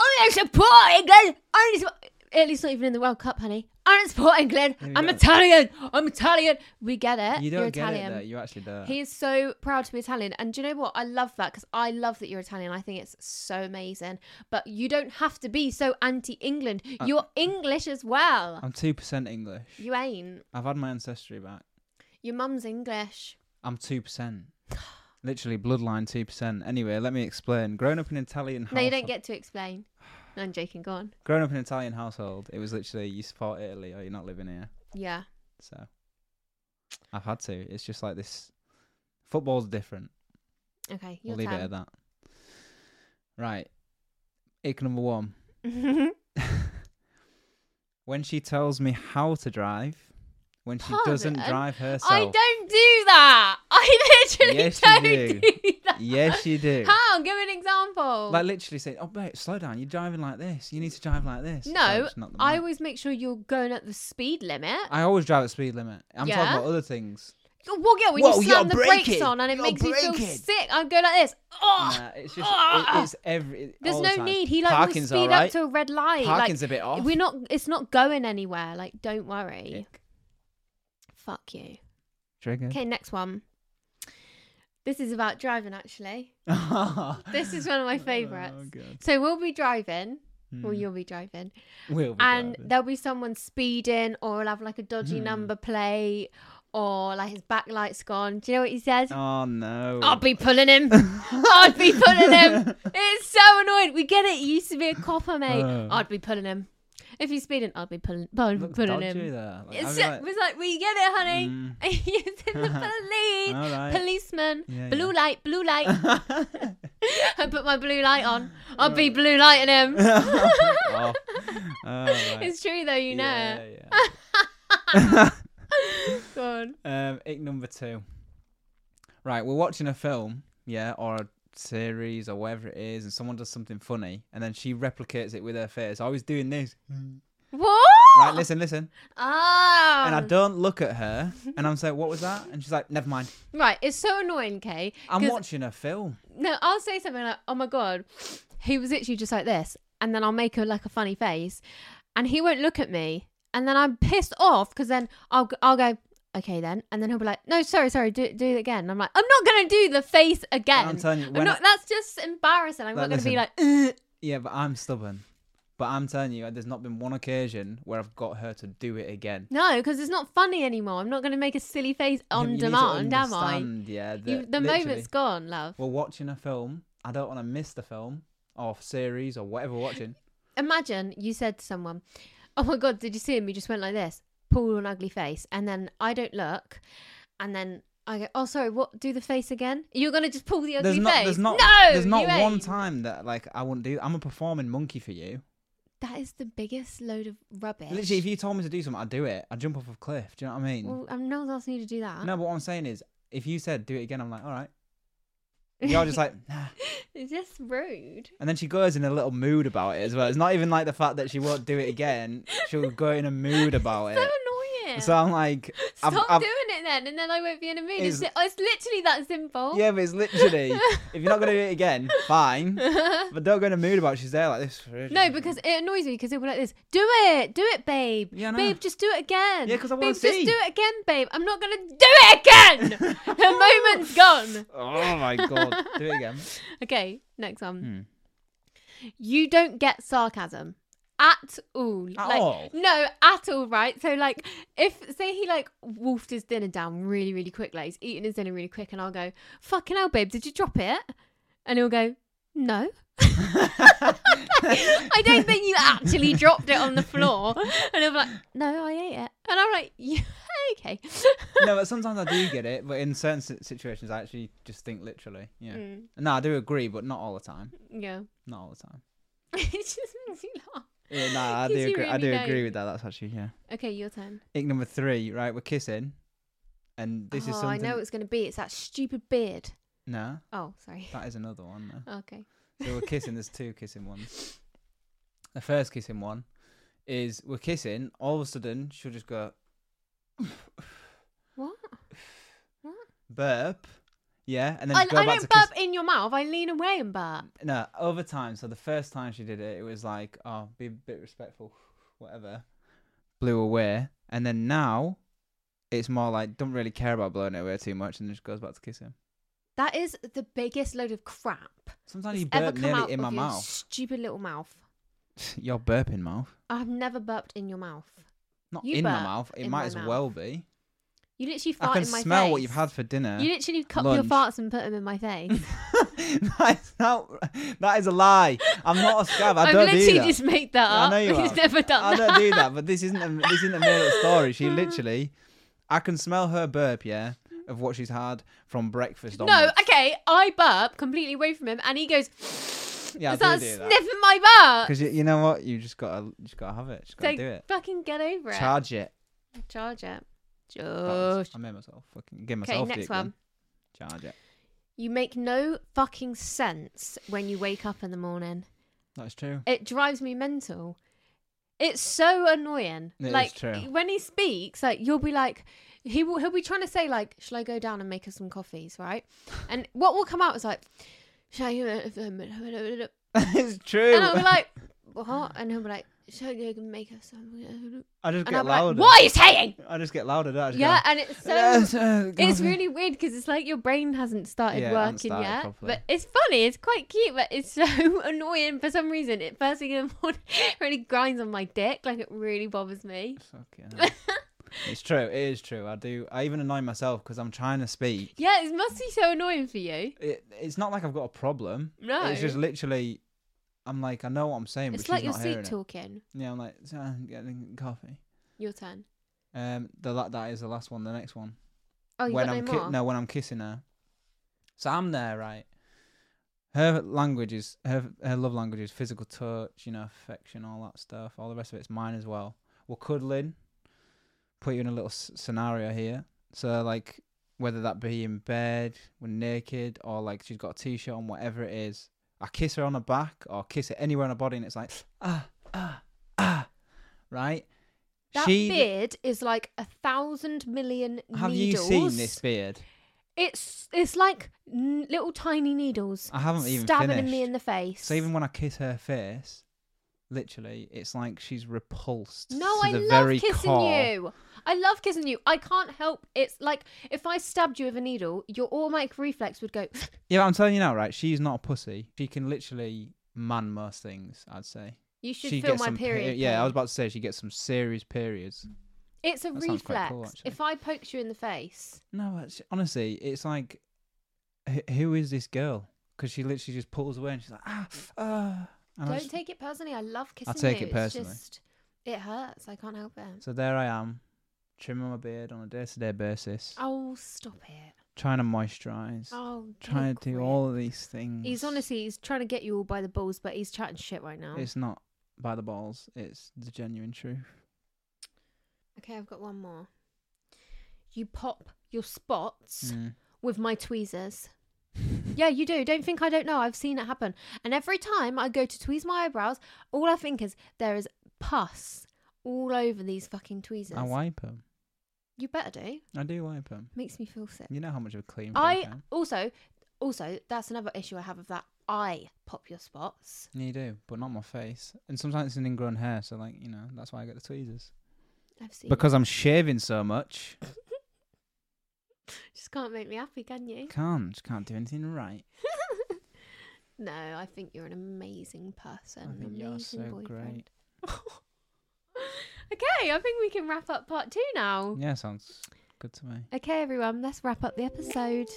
S3: I don't support England. I don't support. Italy's not even in the World Cup, honey. I don't support England.
S4: Yeah, we
S3: I'm
S4: don't-
S3: Italian. I'm Italian. We get it.
S4: You
S3: are
S4: don't get
S3: Uh, Italian.
S4: it, uh, though. You actually don't.
S3: He is so proud to be Italian. And do you know what? I love that because I love that you're Italian. I think it's so amazing. But you don't have to be so anti England. You're English as well.
S4: Uh, I'm 2% English.
S3: you ain't.
S4: I've had my ancestry back.
S3: Your mum's English.
S4: I'm 2%. Literally, bloodline 2%. Anyway, let me explain. Growing up in an Italian household.
S3: No, you don't get to explain. No, I'm joking. Go on.
S4: Growing up in an Italian household, it was literally you support Italy or you're not living here.
S3: Yeah.
S4: So I've had to. It's just like this. Football's different.
S3: Okay. Your
S4: We'll leave it at
S3: turn.
S4: that. Right. Ick number one. when she tells me how to drive, when she doesn't
S3: Pardon?
S4: drive herself.
S3: I don't do that. I literally
S4: Yes, you
S3: don't
S4: do.
S3: that.
S4: Yes, you do.
S3: How? Give an example.
S4: Like literally saying, "Oh, mate, slow down! You're driving like this. You need to drive like this." It's like,
S3: no,
S4: it's not the
S3: I
S4: moment.
S3: always make sure you're going at the speed limit.
S4: I always drive at speed limit. I'm
S3: Yeah.
S4: talking about other things.
S3: Well, yeah, when
S4: Whoa,
S3: you slam
S4: you're
S3: the brakes
S4: braking.
S3: on and it
S4: You're
S3: makes me feel
S4: braking.
S3: sick, I go like this. Oh,
S4: Nah, it's just
S3: oh.
S4: it, it's every. it-
S3: There's
S4: all the
S3: no
S4: time.
S3: need. He like
S4: Parking's
S3: will speed
S4: alright.
S3: up to a red light.
S4: Parking's
S3: like,
S4: a bit off.
S3: We're not. It's not going anywhere. Like, don't worry.
S4: Ick.
S3: Fuck you.
S4: Trigger.
S3: Okay, next one. This is about driving, actually. This is one of my favourites.
S4: Oh, God.
S3: so we'll be driving. Well, you'll be driving,
S4: Hmm. We'll be
S3: and
S4: driving. Hmm.
S3: there'll be someone speeding, or he'll have like a dodgy number plate, or like his backlight's gone. Do you know what he says?
S4: Oh no.
S3: I'd be pulling him. I'd be pulling him. It's so annoying. We get it. You used to be a copper, mate.
S4: Uh.
S3: I'd be pulling him. If he's speeding, I'd be pulling, pulling,
S4: Looks
S3: pulling
S4: dodgy
S3: him.
S4: there. Like, I'd
S3: It's
S4: be
S3: so-
S4: like,
S3: it was like, we get it, honey.
S4: Mm.
S3: it's in the police.
S4: All right.
S3: Policeman.
S4: Yeah,
S3: blue
S4: yeah.
S3: light, blue light. I put my blue light on. I'd be blue lighting him.
S4: oh. Oh, right.
S3: It's true, though, you know.
S4: Yeah,
S3: it.
S4: yeah.
S3: Go on.
S4: Um, ick number two. Right, we're watching a film, yeah, or a series or whatever it is, and someone does something funny, and then she replicates it with her face. I was doing this.
S3: What?
S4: Right, listen, listen.
S3: Oh.
S4: And I don't look at her, and I'm saying, "What was that?" And she's like, "Never mind."
S3: Right, it's so annoying, Kay.
S4: I'm
S3: 'cause
S4: watching a film.
S3: No, I'll say something like, "Oh my god," he was literally just like this, and then I'll make her like a funny face, and he won't look at me, and then I'm pissed off because then I'll g- I'll go okay then, and then he'll be like, no, sorry, sorry, do do it again. And I'm like, I'm not gonna do the face again.
S4: I'm telling you, when
S3: not-
S4: I-
S3: that's just embarrassing. I'm
S4: Like,
S3: not gonna be like, "Ugh."
S4: Yeah, but I'm stubborn. But I'm telling you, there's not been one occasion where I've got her to do it again.
S3: no, because it's not funny anymore. I'm not gonna make a silly face
S4: You-
S3: on
S4: you need to
S3: demand, am I?
S4: understand, Yeah, that
S3: You- the
S4: literally-
S3: moment's gone, love.
S4: We're watching a film. I don't want to miss the film or series or whatever we're watching.
S3: Imagine you said to someone, "Oh my god, did you see him? He just went like this, pulled an ugly face," and then I don't look, and then I go, "Oh, sorry, what? Do the face again? You're gonna just pull the ugly
S4: there's not,
S3: face?
S4: there's not,
S3: no,
S4: there's not
S3: you
S4: one
S3: ain't."
S4: time that like I wouldn't do. I'm a performing monkey for you.
S3: That is the biggest load of rubbish.
S4: Literally, if you told me to do something, I'd do it. I'd jump off a cliff. Do you know what I mean?
S3: well, I'm not asking you to do that.
S4: no, but what I'm saying is, if you said do it again, I'm like, all right. You're just like, nah.
S3: it's just rude.
S4: And then she goes in a little mood about it as well. It's not even like the fact that she won't do it again. She'll go in a mood about
S3: So
S4: it.
S3: annoying.
S4: So I'm like, I've-
S3: Stop
S4: I've-
S3: doing it then, and then I won't be in a mood. It's,
S4: Is-
S3: li- it's literally that simple.
S4: yeah, but it's literally, if you're not going to do it again, fine. But don't go in a mood about it. She's there like this. for ages.
S3: No, because it annoys me because it'll be like this. Do it, do it, babe.
S4: Yeah, I know.
S3: Babe, just do it again.
S4: Yeah, 'cause I wanna
S3: babe,
S4: see.
S3: just do it again, babe. I'm not gonna do it again. Her moment's gone.
S4: Oh my God. do it again.
S3: Okay, next one. You don't get sarcasm at all.
S4: At
S3: like,
S4: all?
S3: No, at all, right? So, like, if, say, he, like, wolfed his dinner down really, really quick, like, he's eating his dinner really quick, and I'll go, fucking hell, babe, did you drop it? And he'll go, no. I don't think you actually dropped it on the floor. And I'm like, no, I ate it. And I'm like, yeah, okay.
S4: No, but sometimes I do get it. But in certain si- situations, I actually just think literally. Yeah.
S3: Mm.
S4: No, I do agree, but not all the time.
S3: yeah.
S4: Not all the time.
S3: it just makes me laugh.
S4: Yeah, no, I do
S3: Gives you
S4: agree. I
S3: really
S4: do
S3: no-
S4: agree with that. That's actually yeah.
S3: Okay, your turn.
S4: Ick number three, right? We're kissing, and this
S3: oh,
S4: is something.
S3: I know it's going to be. It's that stupid beard.
S4: No,
S3: Oh, sorry.
S4: that is another one. Though.
S3: Okay.
S4: So we're kissing. There's two kissing ones. The first kissing one is we're kissing. All of a sudden, she'll just go
S3: What?
S4: burp, yeah, and then
S3: I,
S4: go
S3: I
S4: back
S3: don't
S4: to
S3: burp
S4: kiss.
S3: in your mouth. I lean away and burp.
S4: No, over time. So the first time she did it, it was like, oh, be a bit respectful, whatever. Blew away, and then now, it's more like don't really care about blowing it away too much, and just goes back to kissing.
S3: That is the biggest load of crap
S4: Sometimes you
S3: that's ever
S4: burp
S3: come out
S4: nearly in my
S3: of your
S4: mouth.
S3: stupid little mouth.
S4: Your burping mouth.
S3: I've never burped in your mouth.
S4: Not
S3: You
S4: in my
S3: burp
S4: mouth. It
S3: in
S4: might
S3: my
S4: as
S3: mouth.
S4: well be.
S3: You literally fart
S4: I can
S3: in my
S4: smell
S3: face.
S4: what you've had for dinner.
S3: You literally cup your
S4: lunch.
S3: farts and put them in my face.
S4: that, is not, that is a lie. I'm not a scab. I
S3: have
S4: don't
S3: literally
S4: do that.
S3: just made that
S4: I
S3: up.
S4: know you
S3: He's
S4: have.
S3: never done
S4: I
S3: that.
S4: don't do that. But this isn't a, this isn't a made up story. She literally, I can smell her burp. Yeah, of what she's had from breakfast.
S3: No,
S4: onwards.
S3: okay, I burp completely away from him, and he goes,
S4: Yeah, I
S3: starts
S4: do do that.
S3: sniffing my burp.
S4: Because you, you know what? You just gotta you just gotta have it. Just gotta
S3: So
S4: do it.
S3: fucking get over it.
S4: Charge it.
S3: Charge it.
S4: That was-
S3: Josh.
S4: I made myself fucking give
S3: Oh, Okay,
S4: myself. the
S3: next
S4: ick then.
S3: one.
S4: Charge it.
S3: You make no fucking sense when you wake up in the morning.
S4: That's true.
S3: It drives me mental. It's so annoying.
S4: It is
S3: like
S4: true.
S3: when he speaks, like you'll be like, he will he'll be trying to say like, "Shall I go down and make us some coffees?" Right? And what will come out is like, "Shall I?" go-"
S4: it's true.
S3: And I'll be like, "What?" And he'll be like, "Shall I go make us some?"
S4: I just
S3: And
S4: get
S3: I'll be like,
S4: louder.
S3: "What are you saying?"
S4: I just get louder. Don't I? Just
S3: Yeah,
S4: go,
S3: and it's so
S4: "Yes, uh,
S3: It's
S4: God."
S3: really weird because it's like your brain hasn't started
S4: Yeah, it hasn't
S3: working
S4: started
S3: yet.
S4: properly.
S3: But it's funny. It's quite cute, but it's so annoying for some reason. It first thing in the morning it really grinds on my dick. Like it really bothers me.
S4: Fucking hell. it's true. It is true. I do. I even annoy myself because I'm trying to speak.
S3: Yeah, it must be so annoying for you.
S4: It, it's not like I've got a problem.
S3: No.
S4: It's just literally. I'm like, I know what I'm saying, but
S3: it's
S4: she's
S3: like your
S4: not hearing
S3: seat
S4: it.
S3: talking.
S4: Yeah, I'm like, so I'm getting coffee.
S3: Your turn.
S4: Um, the la- that is the last one. The next one.
S3: Oh, you
S4: when
S3: got
S4: I'm
S3: no
S4: ki-
S3: more.
S4: no, when I'm kissing her. So I'm there, right? Her language is her her love language is physical touch, you know, affection, all that stuff. All the rest of it's mine as well. We're cuddling. Put you in a little s- scenario here. So like, whether that be in bed, we're naked, or like she's got a t-shirt on, whatever it is. I kiss her on the back, or kiss it anywhere on her body, and it's like ah ah ah, right?
S3: That
S4: She-
S3: beard is like a thousand million
S4: Have
S3: needles.
S4: you seen this beard?
S3: It's it's like n- little tiny needles.
S4: I haven't even
S3: stabbing me
S4: finished.
S3: in the face.
S4: So even when I kiss her face, Literally, it's like she's repulsed.
S3: No,
S4: to
S3: I
S4: the
S3: love
S4: very
S3: kissing
S4: core.
S3: you. I love kissing you. I can't help. It's like if I stabbed you with a needle, your automatic reflex would go.
S4: Yeah, I'm telling you now, right? She's not a pussy. She can literally man most things. I'd say.
S3: You should
S4: she
S3: feel
S4: gets
S3: my
S4: some pe-
S3: period.
S4: yeah, I was
S3: pain."
S4: about to say she gets some serious periods.
S3: It's a
S4: That sounds quite
S3: reflex.
S4: cool, actually.
S3: if I poked you in the face,
S4: No, it's, honestly, it's like, wh- who is this girl? Because she literally just pulls away and she's like, ah, ah. And I
S3: don't
S4: just-
S3: take it personally. I love kissing
S4: take
S3: you.
S4: it personally.
S3: It's just, it hurts. I can't help it.
S4: So there I am, trimming my beard on a day-to-day basis,
S3: Oh, stop it.
S4: trying to moisturise,
S3: Oh,
S4: trying
S3: don't
S4: to do
S3: quit.
S4: all of these things.
S3: He's honestly, he's trying to get you all by the balls, but he's chatting shit right now.
S4: Mm. It's not by the balls. It's the genuine truth.
S3: Okay, I've got one more. You pop your spots
S4: Mm.
S3: with my tweezers. yeah, you do. Don't think I don't know. I've seen it happen. And every time I go to tweeze my eyebrows, all I think is there is pus all over these fucking tweezers.
S4: I wipe them.
S3: You better do.
S4: I do wipe them.
S3: Makes me feel sick.
S4: You know how much of a clean
S3: I
S4: freak am.
S3: also, also that's another issue I have with that. I pop your spots.
S4: Yeah, You do, but not my face. And sometimes it's an ingrown hair, so like you know that's why I get the tweezers.
S3: I've seen.
S4: Because I'm shaving so much,
S3: Just can't make me happy, can you?
S4: can't just can't do anything right.
S3: No, I think you're an amazing person.
S4: I think
S3: amazing
S4: Oh, you're so
S3: boyfriend.
S4: great.
S3: okay, I think we can wrap up part two now.
S4: Yeah, sounds good to me.
S3: Okay, everyone, let's wrap up the episode.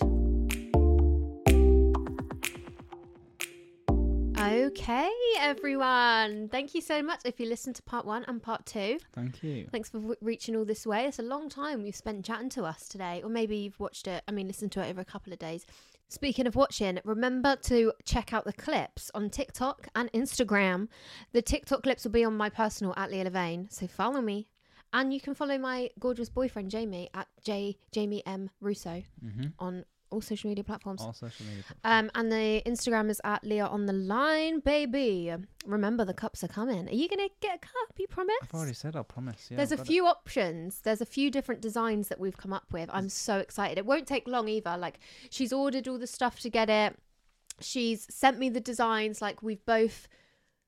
S3: Okay, everyone. Thank you so much if you listened to part one and part two.
S4: Thank you.
S3: Thanks for w- reaching all this way. It's a long time you've spent chatting to us today, or maybe you've watched it, I mean, listened to it over a couple of days. Speaking of watching, remember to check out the clips on TikTok and Instagram. The TikTok clips will be on my personal at Leah Levine, so follow me. And you can follow my gorgeous boyfriend Jamie at J Jamie M Russo
S4: Mm-hmm.
S3: on all social media platforms.
S4: All social media. platforms.
S3: Um, and the Instagram is at Leah on the line, baby. Remember, the cups are coming. Are you gonna get a cup? You promise?
S4: I've already said. I'll promise. Yeah,
S3: There's
S4: I've
S3: a
S4: got it.
S3: few options. There's a few different designs that we've come up with. I'm so excited. It won't take long either. Like she's ordered all the stuff to get it. She's sent me the designs. Like we've both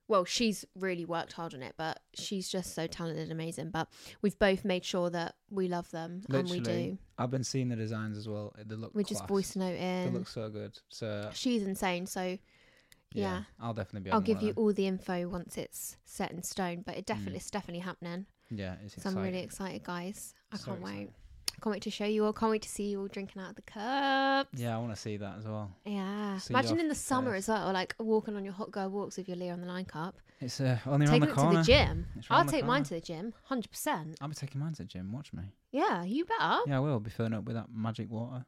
S3: well, she's really worked hard on it, but she's just so talented and amazing. But we've both made sure that we love them and we
S4: Literally,
S3: do.
S4: I've been seeing the designs as well. They look.
S3: We're just
S4: class.
S3: voice
S4: They
S3: noting.
S4: look so good. So
S3: She's insane, so
S4: yeah,
S3: yeah.
S4: I'll definitely be.
S3: I'll
S4: having
S3: give
S4: one
S3: you
S4: of them.
S3: all the info once it's set in stone, but it definitely
S4: Mm.
S3: it's definitely happening.
S4: Yeah, it's
S3: So
S4: exciting.
S3: I'm really excited, guys. I
S4: So
S3: can't wait.
S4: exciting.
S3: I can't wait to show you all. Can't wait to see you all drinking out of the cup.
S4: Yeah, I want to see that as well.
S3: Yeah.
S4: See
S3: Imagine
S4: your
S3: in the summer as
S4: face.
S3: well, like walking on your hot girl walks with your Leah on the line cup.
S4: It's uh, only around
S3: Taking
S4: the
S3: it
S4: corner.
S3: to the gym.
S4: It's round
S3: I'll
S4: the
S3: take mine
S4: corner.
S3: to the gym, 100%.
S4: I'll be taking mine to the gym. Watch me.
S3: Yeah, you better. Yeah.
S4: Yeah, I will be filling up with that magic water.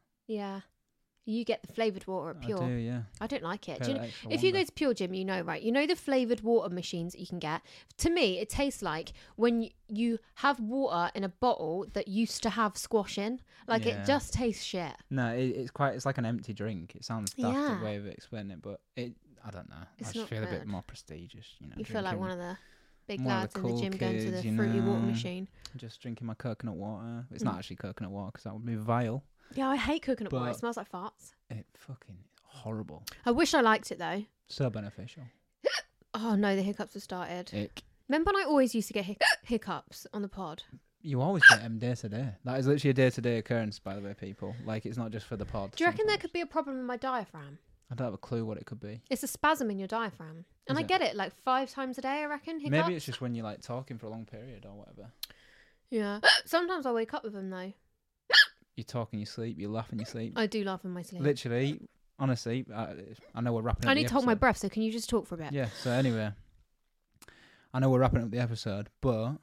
S3: You get the flavoured water at Pure.
S4: I do, yeah.
S3: I don't like it.
S4: Go
S3: Do you
S4: that
S3: know-
S4: extra
S3: if you
S4: one
S3: go
S4: bit.
S3: to Pure Gym, you know, right? You know the flavored water machines that you can get. To me, it tastes like when y- you have water in a bottle that used to have squash in. Like
S4: Yeah.
S3: it just tastes shit.
S4: No, it, it's quite. It's like an empty drink. It sounds daft
S3: Yeah.
S4: a way of explaining it, but it. I don't know.
S3: It's
S4: I just
S3: not
S4: feel a
S3: good.
S4: bit more prestigious. You know,
S3: You feel like
S4: drinking-
S3: one of the big
S4: one of
S3: lads
S4: the
S3: in the
S4: cool
S3: gym going to
S4: kids,
S3: the
S4: you
S3: fruity water
S4: know.
S3: machine.
S4: just drinking my coconut water. It's
S3: Hmm.
S4: not actually coconut water because that would be vile.
S3: Yeah, I hate coconut water. It
S4: But-
S3: smells like farts.
S4: It fucking horrible.
S3: I wish I liked it though.
S4: So beneficial.
S3: Oh no, the hiccups have started.
S4: Ick.
S3: Remember when I always used to get hic- hiccups on the pod?
S4: You always get them day to day. That is literally a day to day occurrence, by the way, people. Like it's not just for the pod.
S3: Do you reckon there
S4: sometimes.
S3: could be a problem in my diaphragm?
S4: I don't have a clue what it could be.
S3: It's a spasm in your diaphragm. And
S4: Is
S3: I
S4: it?
S3: get it like five times a day, I reckon. Hiccups.
S4: Maybe it's just when you're like talking for a long period or whatever.
S3: Yeah. Sometimes I wake up with them though.
S4: You talk in your sleep. You laugh in your sleep.
S3: I do laugh in my sleep.
S4: Literally, honestly, I, I know we're wrapping.
S3: I
S4: up
S3: need
S4: the
S3: to hold my
S4: episode.
S3: breath, so can you just talk for a bit?
S4: Yeah. So anyway, I know we're wrapping up the episode, but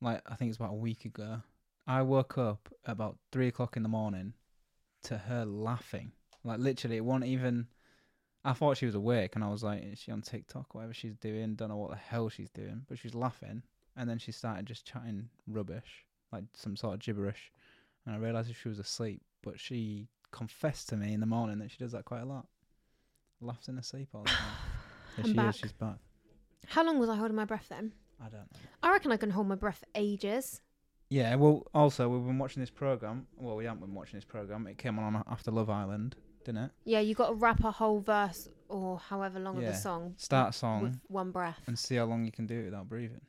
S4: like I think it's about a week ago, I woke up about three o'clock in the morning to her laughing. Like literally, it wasn't even. I thought she was awake, and I was like, "Is she on TikTok? Whatever she's doing, don't know what the hell she's doing." But she's laughing, and then she started just chatting rubbish, like some sort of gibberish, and I realised that she was asleep. But she confessed to me in the morning that she does that quite a lot. Laughs in her sleep all the time. Yeah,
S3: I'm
S4: she
S3: back.
S4: is. She's back.
S3: How long was I holding my breath then?
S4: I don't know.
S3: I reckon I can hold my breath for ages.
S4: Yeah. Well, also we've been watching this program. Well, we haven't been watching this program. It came on after Love Island, didn't it?
S3: Yeah, you got to wrap a whole verse or however long of
S4: Yeah.
S3: a song
S4: Start a song
S3: with one breath.
S4: and see how long you can do it without breathing.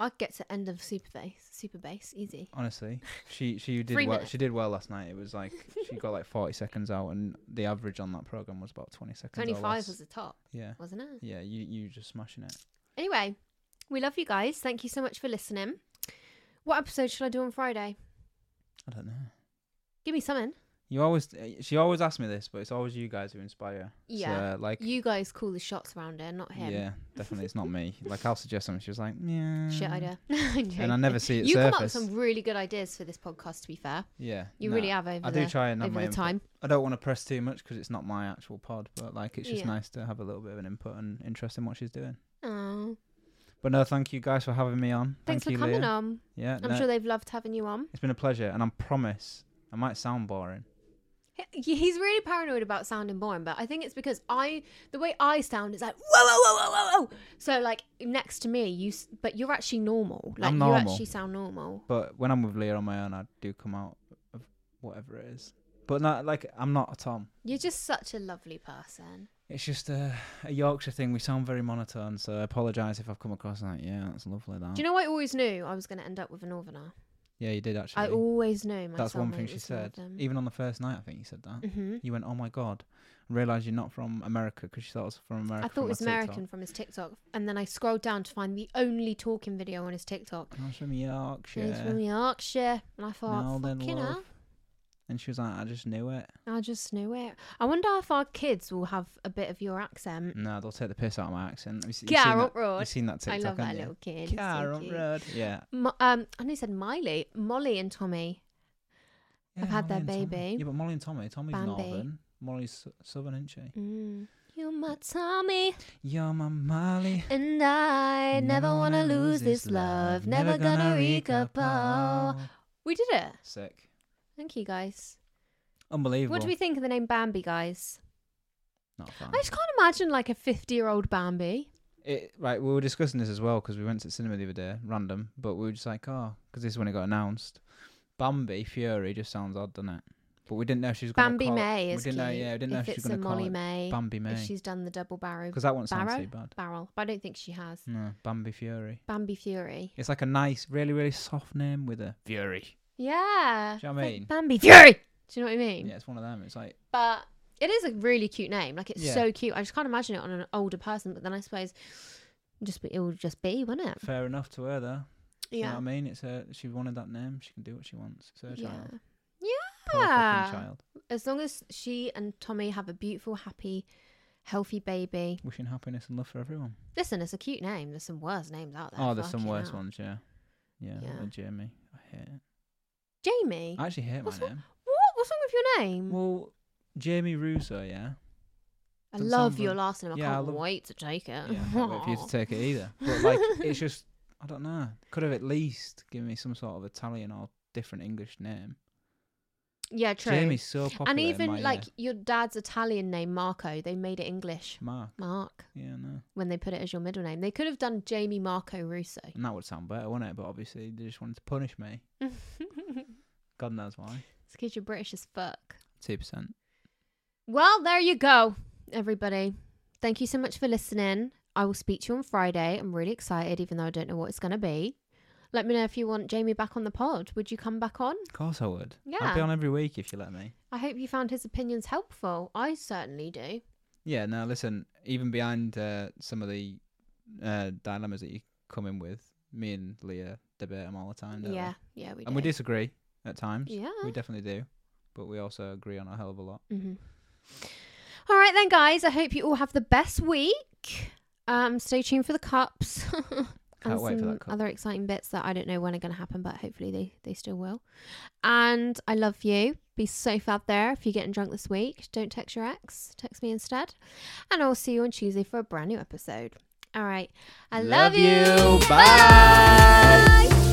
S3: I'd get to end of super bass, super bass, easy.
S4: Honestly, she she did
S3: Three
S4: well.
S3: minutes.
S4: She did well last night. It was like she got like forty seconds out, and the average on that program was about twenty seconds. or
S3: Twenty five
S4: less.
S3: was the top,
S4: yeah,
S3: wasn't it?
S4: yeah. You you just smashing it.
S3: Anyway, we love you guys. Thank you so much for listening. What episode should I do on Friday?
S4: I don't know.
S3: Give me something.
S4: You always she always asks me this, but it's always you guys who inspire.
S3: Yeah,
S4: so, like
S3: you guys call the shots around here, not him.
S4: yeah, definitely it's not me. Like I'll suggest something. She was like, yeah,
S3: Shit idea. I'm
S4: Mm. And I never
S3: joking.
S4: see it
S3: You come up with
S4: surface.
S3: some really good ideas for this podcast. To be fair,
S4: Yeah,
S3: You
S4: no,
S3: really have over
S4: I do
S3: the-
S4: try and have
S3: over
S4: my
S3: the
S4: input.
S3: time.
S4: I don't want to press too much because it's not my actual pod, but like it's just
S3: Yeah.
S4: nice to have a little bit of an input and interest in what she's doing.
S3: oh,
S4: But no, thank you guys for having me on.
S3: thanks
S4: thank
S3: for
S4: you,
S3: coming
S4: Leah.
S3: on.
S4: Yeah,
S3: I'm
S4: no,
S3: sure they've loved having you on.
S4: it's been a pleasure, and I promise I might sound boring.
S3: He- He's really paranoid about sounding boring, but I think it's because I, the way I sound is like whoa, whoa, whoa, whoa, whoa, whoa. So like next to me, you, s- but you're actually normal. Like
S4: I'm
S3: you
S4: normal.
S3: actually sound normal.
S4: But when I'm with Leah on my own, I do come out of whatever it is. But not like I'm not a Tom.
S3: You're just such a lovely person.
S4: It's just a, a Yorkshire thing. We sound very monotone, so I apologise if I've come across like, yeah, that's lovely. That.
S3: Do you know what I always knew? I was going to end up with a northerner.
S4: yeah, you did actually.
S3: I always knew. My
S4: That's one thing
S3: soulmate
S4: she
S3: was
S4: said.
S3: northern.
S4: Even on the first night, I think you said that.
S3: Mhm.
S4: You went, "Oh my god!" and realised you're not from America because she thought I was from America.
S3: I thought
S4: from
S3: it was
S4: my TikTok.
S3: American from his TikTok, and then I scrolled down to find the only talking video on his TikTok.
S4: I was from
S3: And He's from
S4: Yorkshire.
S3: Yorkshire, and I
S4: Now
S3: thought,
S4: then,
S3: fucking
S4: love."
S3: hell,
S4: And she was like, "I just knew it."
S3: I just knew it. I wonder if our kids will have a bit of your accent.
S4: No, they'll take the piss out of my accent. Have you se- you've seen
S3: Carrot
S4: that-
S3: Road.
S4: You've seen that
S3: I
S4: TikTok,
S3: love that
S4: haven't you?
S3: little kid. he's so
S4: Carrot
S3: cute.
S4: Road. Yeah.
S3: Mo- um, and he said Miley, Molly, and Tommy.
S4: yeah
S3: I've had their
S4: Molly and Tommy.
S3: baby.
S4: Yeah, but Molly and Tommy. Tommy's
S3: Bambi.
S4: northern. Molly's su- southern, isn't she?
S3: Mm. You're my Tommy,
S4: You're my Molly.
S3: and I never, wanna lose this love. Never gonna, wreak a paw. We did it.
S4: Sick.
S3: Thank you guys.
S4: Unbelievable.
S3: What do we think of the name Bambi, guys?
S4: Not a fan.
S3: I just can't imagine like a 50 year old Bambi.
S4: It, right, we were discussing this as well because we went to the cinema the other day, random, but we were just like, oh, because this is when it got announced. Bambi Fury just sounds odd, doesn't it? But we didn't know if she was gonna
S3: Bambi
S4: call it-
S3: May
S4: we
S3: is
S4: didn't
S3: cute.
S4: know, yeah, we didn't know
S3: if
S4: if she's
S3: it's
S4: gonna
S3: a Molly
S4: call
S3: May,
S4: it Bambi May.
S3: If she's done the double barrow.
S4: 'Cause that one sounds
S3: barrow?
S4: too bad.
S3: Barrel. But I don't think she has.
S4: No, Bambi Fury.
S3: Bambi Fury.
S4: It's like a nice, really, really soft name with a Fury.
S3: Yeah.
S4: Do you know what
S3: It's like
S4: I mean?
S3: Bambi Fury. Do you know what I mean?
S4: Yeah, it's one of them. It's like
S3: But it is a really cute name. Like it's
S4: Yeah.
S3: so cute. I just can't imagine it on an older person. But then I suppose just be, it would just be, wouldn't it?
S4: fair enough to her though. Do you
S3: Yeah.
S4: know what I mean? It's her. She wanted that name. She can do what she wants. It's her
S3: yeah. Ah.
S4: child. Poor fucking
S3: Yeah.
S4: child.
S3: As long as she and Tommy have a beautiful, happy, healthy baby.
S4: Wishing happiness and love for everyone.
S3: Listen, it's a cute name. There's some worse names out there.
S4: Oh, there's some
S3: Fucking
S4: worse
S3: hell.
S4: ones. Yeah, yeah.
S3: Yeah.
S4: like Jamie. I hate it.
S3: Jamie.
S4: I actually hate my
S3: What's wrong-
S4: name.
S3: What? What's wrong with your name?
S4: Well, Jamie Russo, yeah.
S3: I
S4: doesn't
S3: love
S4: sound
S3: your
S4: very-
S3: last name. I
S4: Yeah, I
S3: can't
S4: love-
S3: wait to take it.
S4: Yeah, I can't wait for you to take it either. But like, it's just I don't know. Could have at least given me some sort of Italian or different English name.
S3: Yeah, true.
S4: Jamie's so popular.
S3: and
S4: in
S3: even
S4: my, uh,
S3: like your dad's Italian name, Marco, they made it English.
S4: Mark.
S3: Mark
S4: Yeah, no.
S3: when they put it as your middle name. They could have done Jamie Marco Russo.
S4: And that would sound better, wouldn't it? But obviously, they just wanted to punish me.
S3: it's
S4: God knows why.
S3: because you're British as fuck.
S4: Two percent.
S3: Well, there you go, everybody. Thank you so much for listening. I will speak to you on Friday. I'm really excited, even though I don't know what it's going to be. Let me know if you want Jamie back on the pod. Would you come back on?
S4: Of course, I would. I'd be
S3: Yeah.
S4: on every week if you let me.
S3: I hope you found his opinions helpful. I certainly do.
S4: Yeah. No, listen. Even behind uh, some of the uh, dilemmas that you come in with, me and Leah debate them all the time. Don't
S3: Yeah,
S4: We?
S3: yeah, we
S4: and we
S3: do.
S4: disagree at times.
S3: Yeah.
S4: We definitely do. But we also agree on a hell of a lot.
S3: Mhm. All right then, guys. I hope you all have the best week. Um, stay tuned for the cups and
S4: Can't wait for
S3: some
S4: that cup.
S3: other exciting bits that I don't know when are going to happen, but hopefully they they still will. And I love you. Be safe out there. If you're getting drunk this week, don't text your ex. Text me instead. And I'll see you on Tuesday for a brand new episode. All right. I love,
S4: Love you. Bye.
S3: Bye.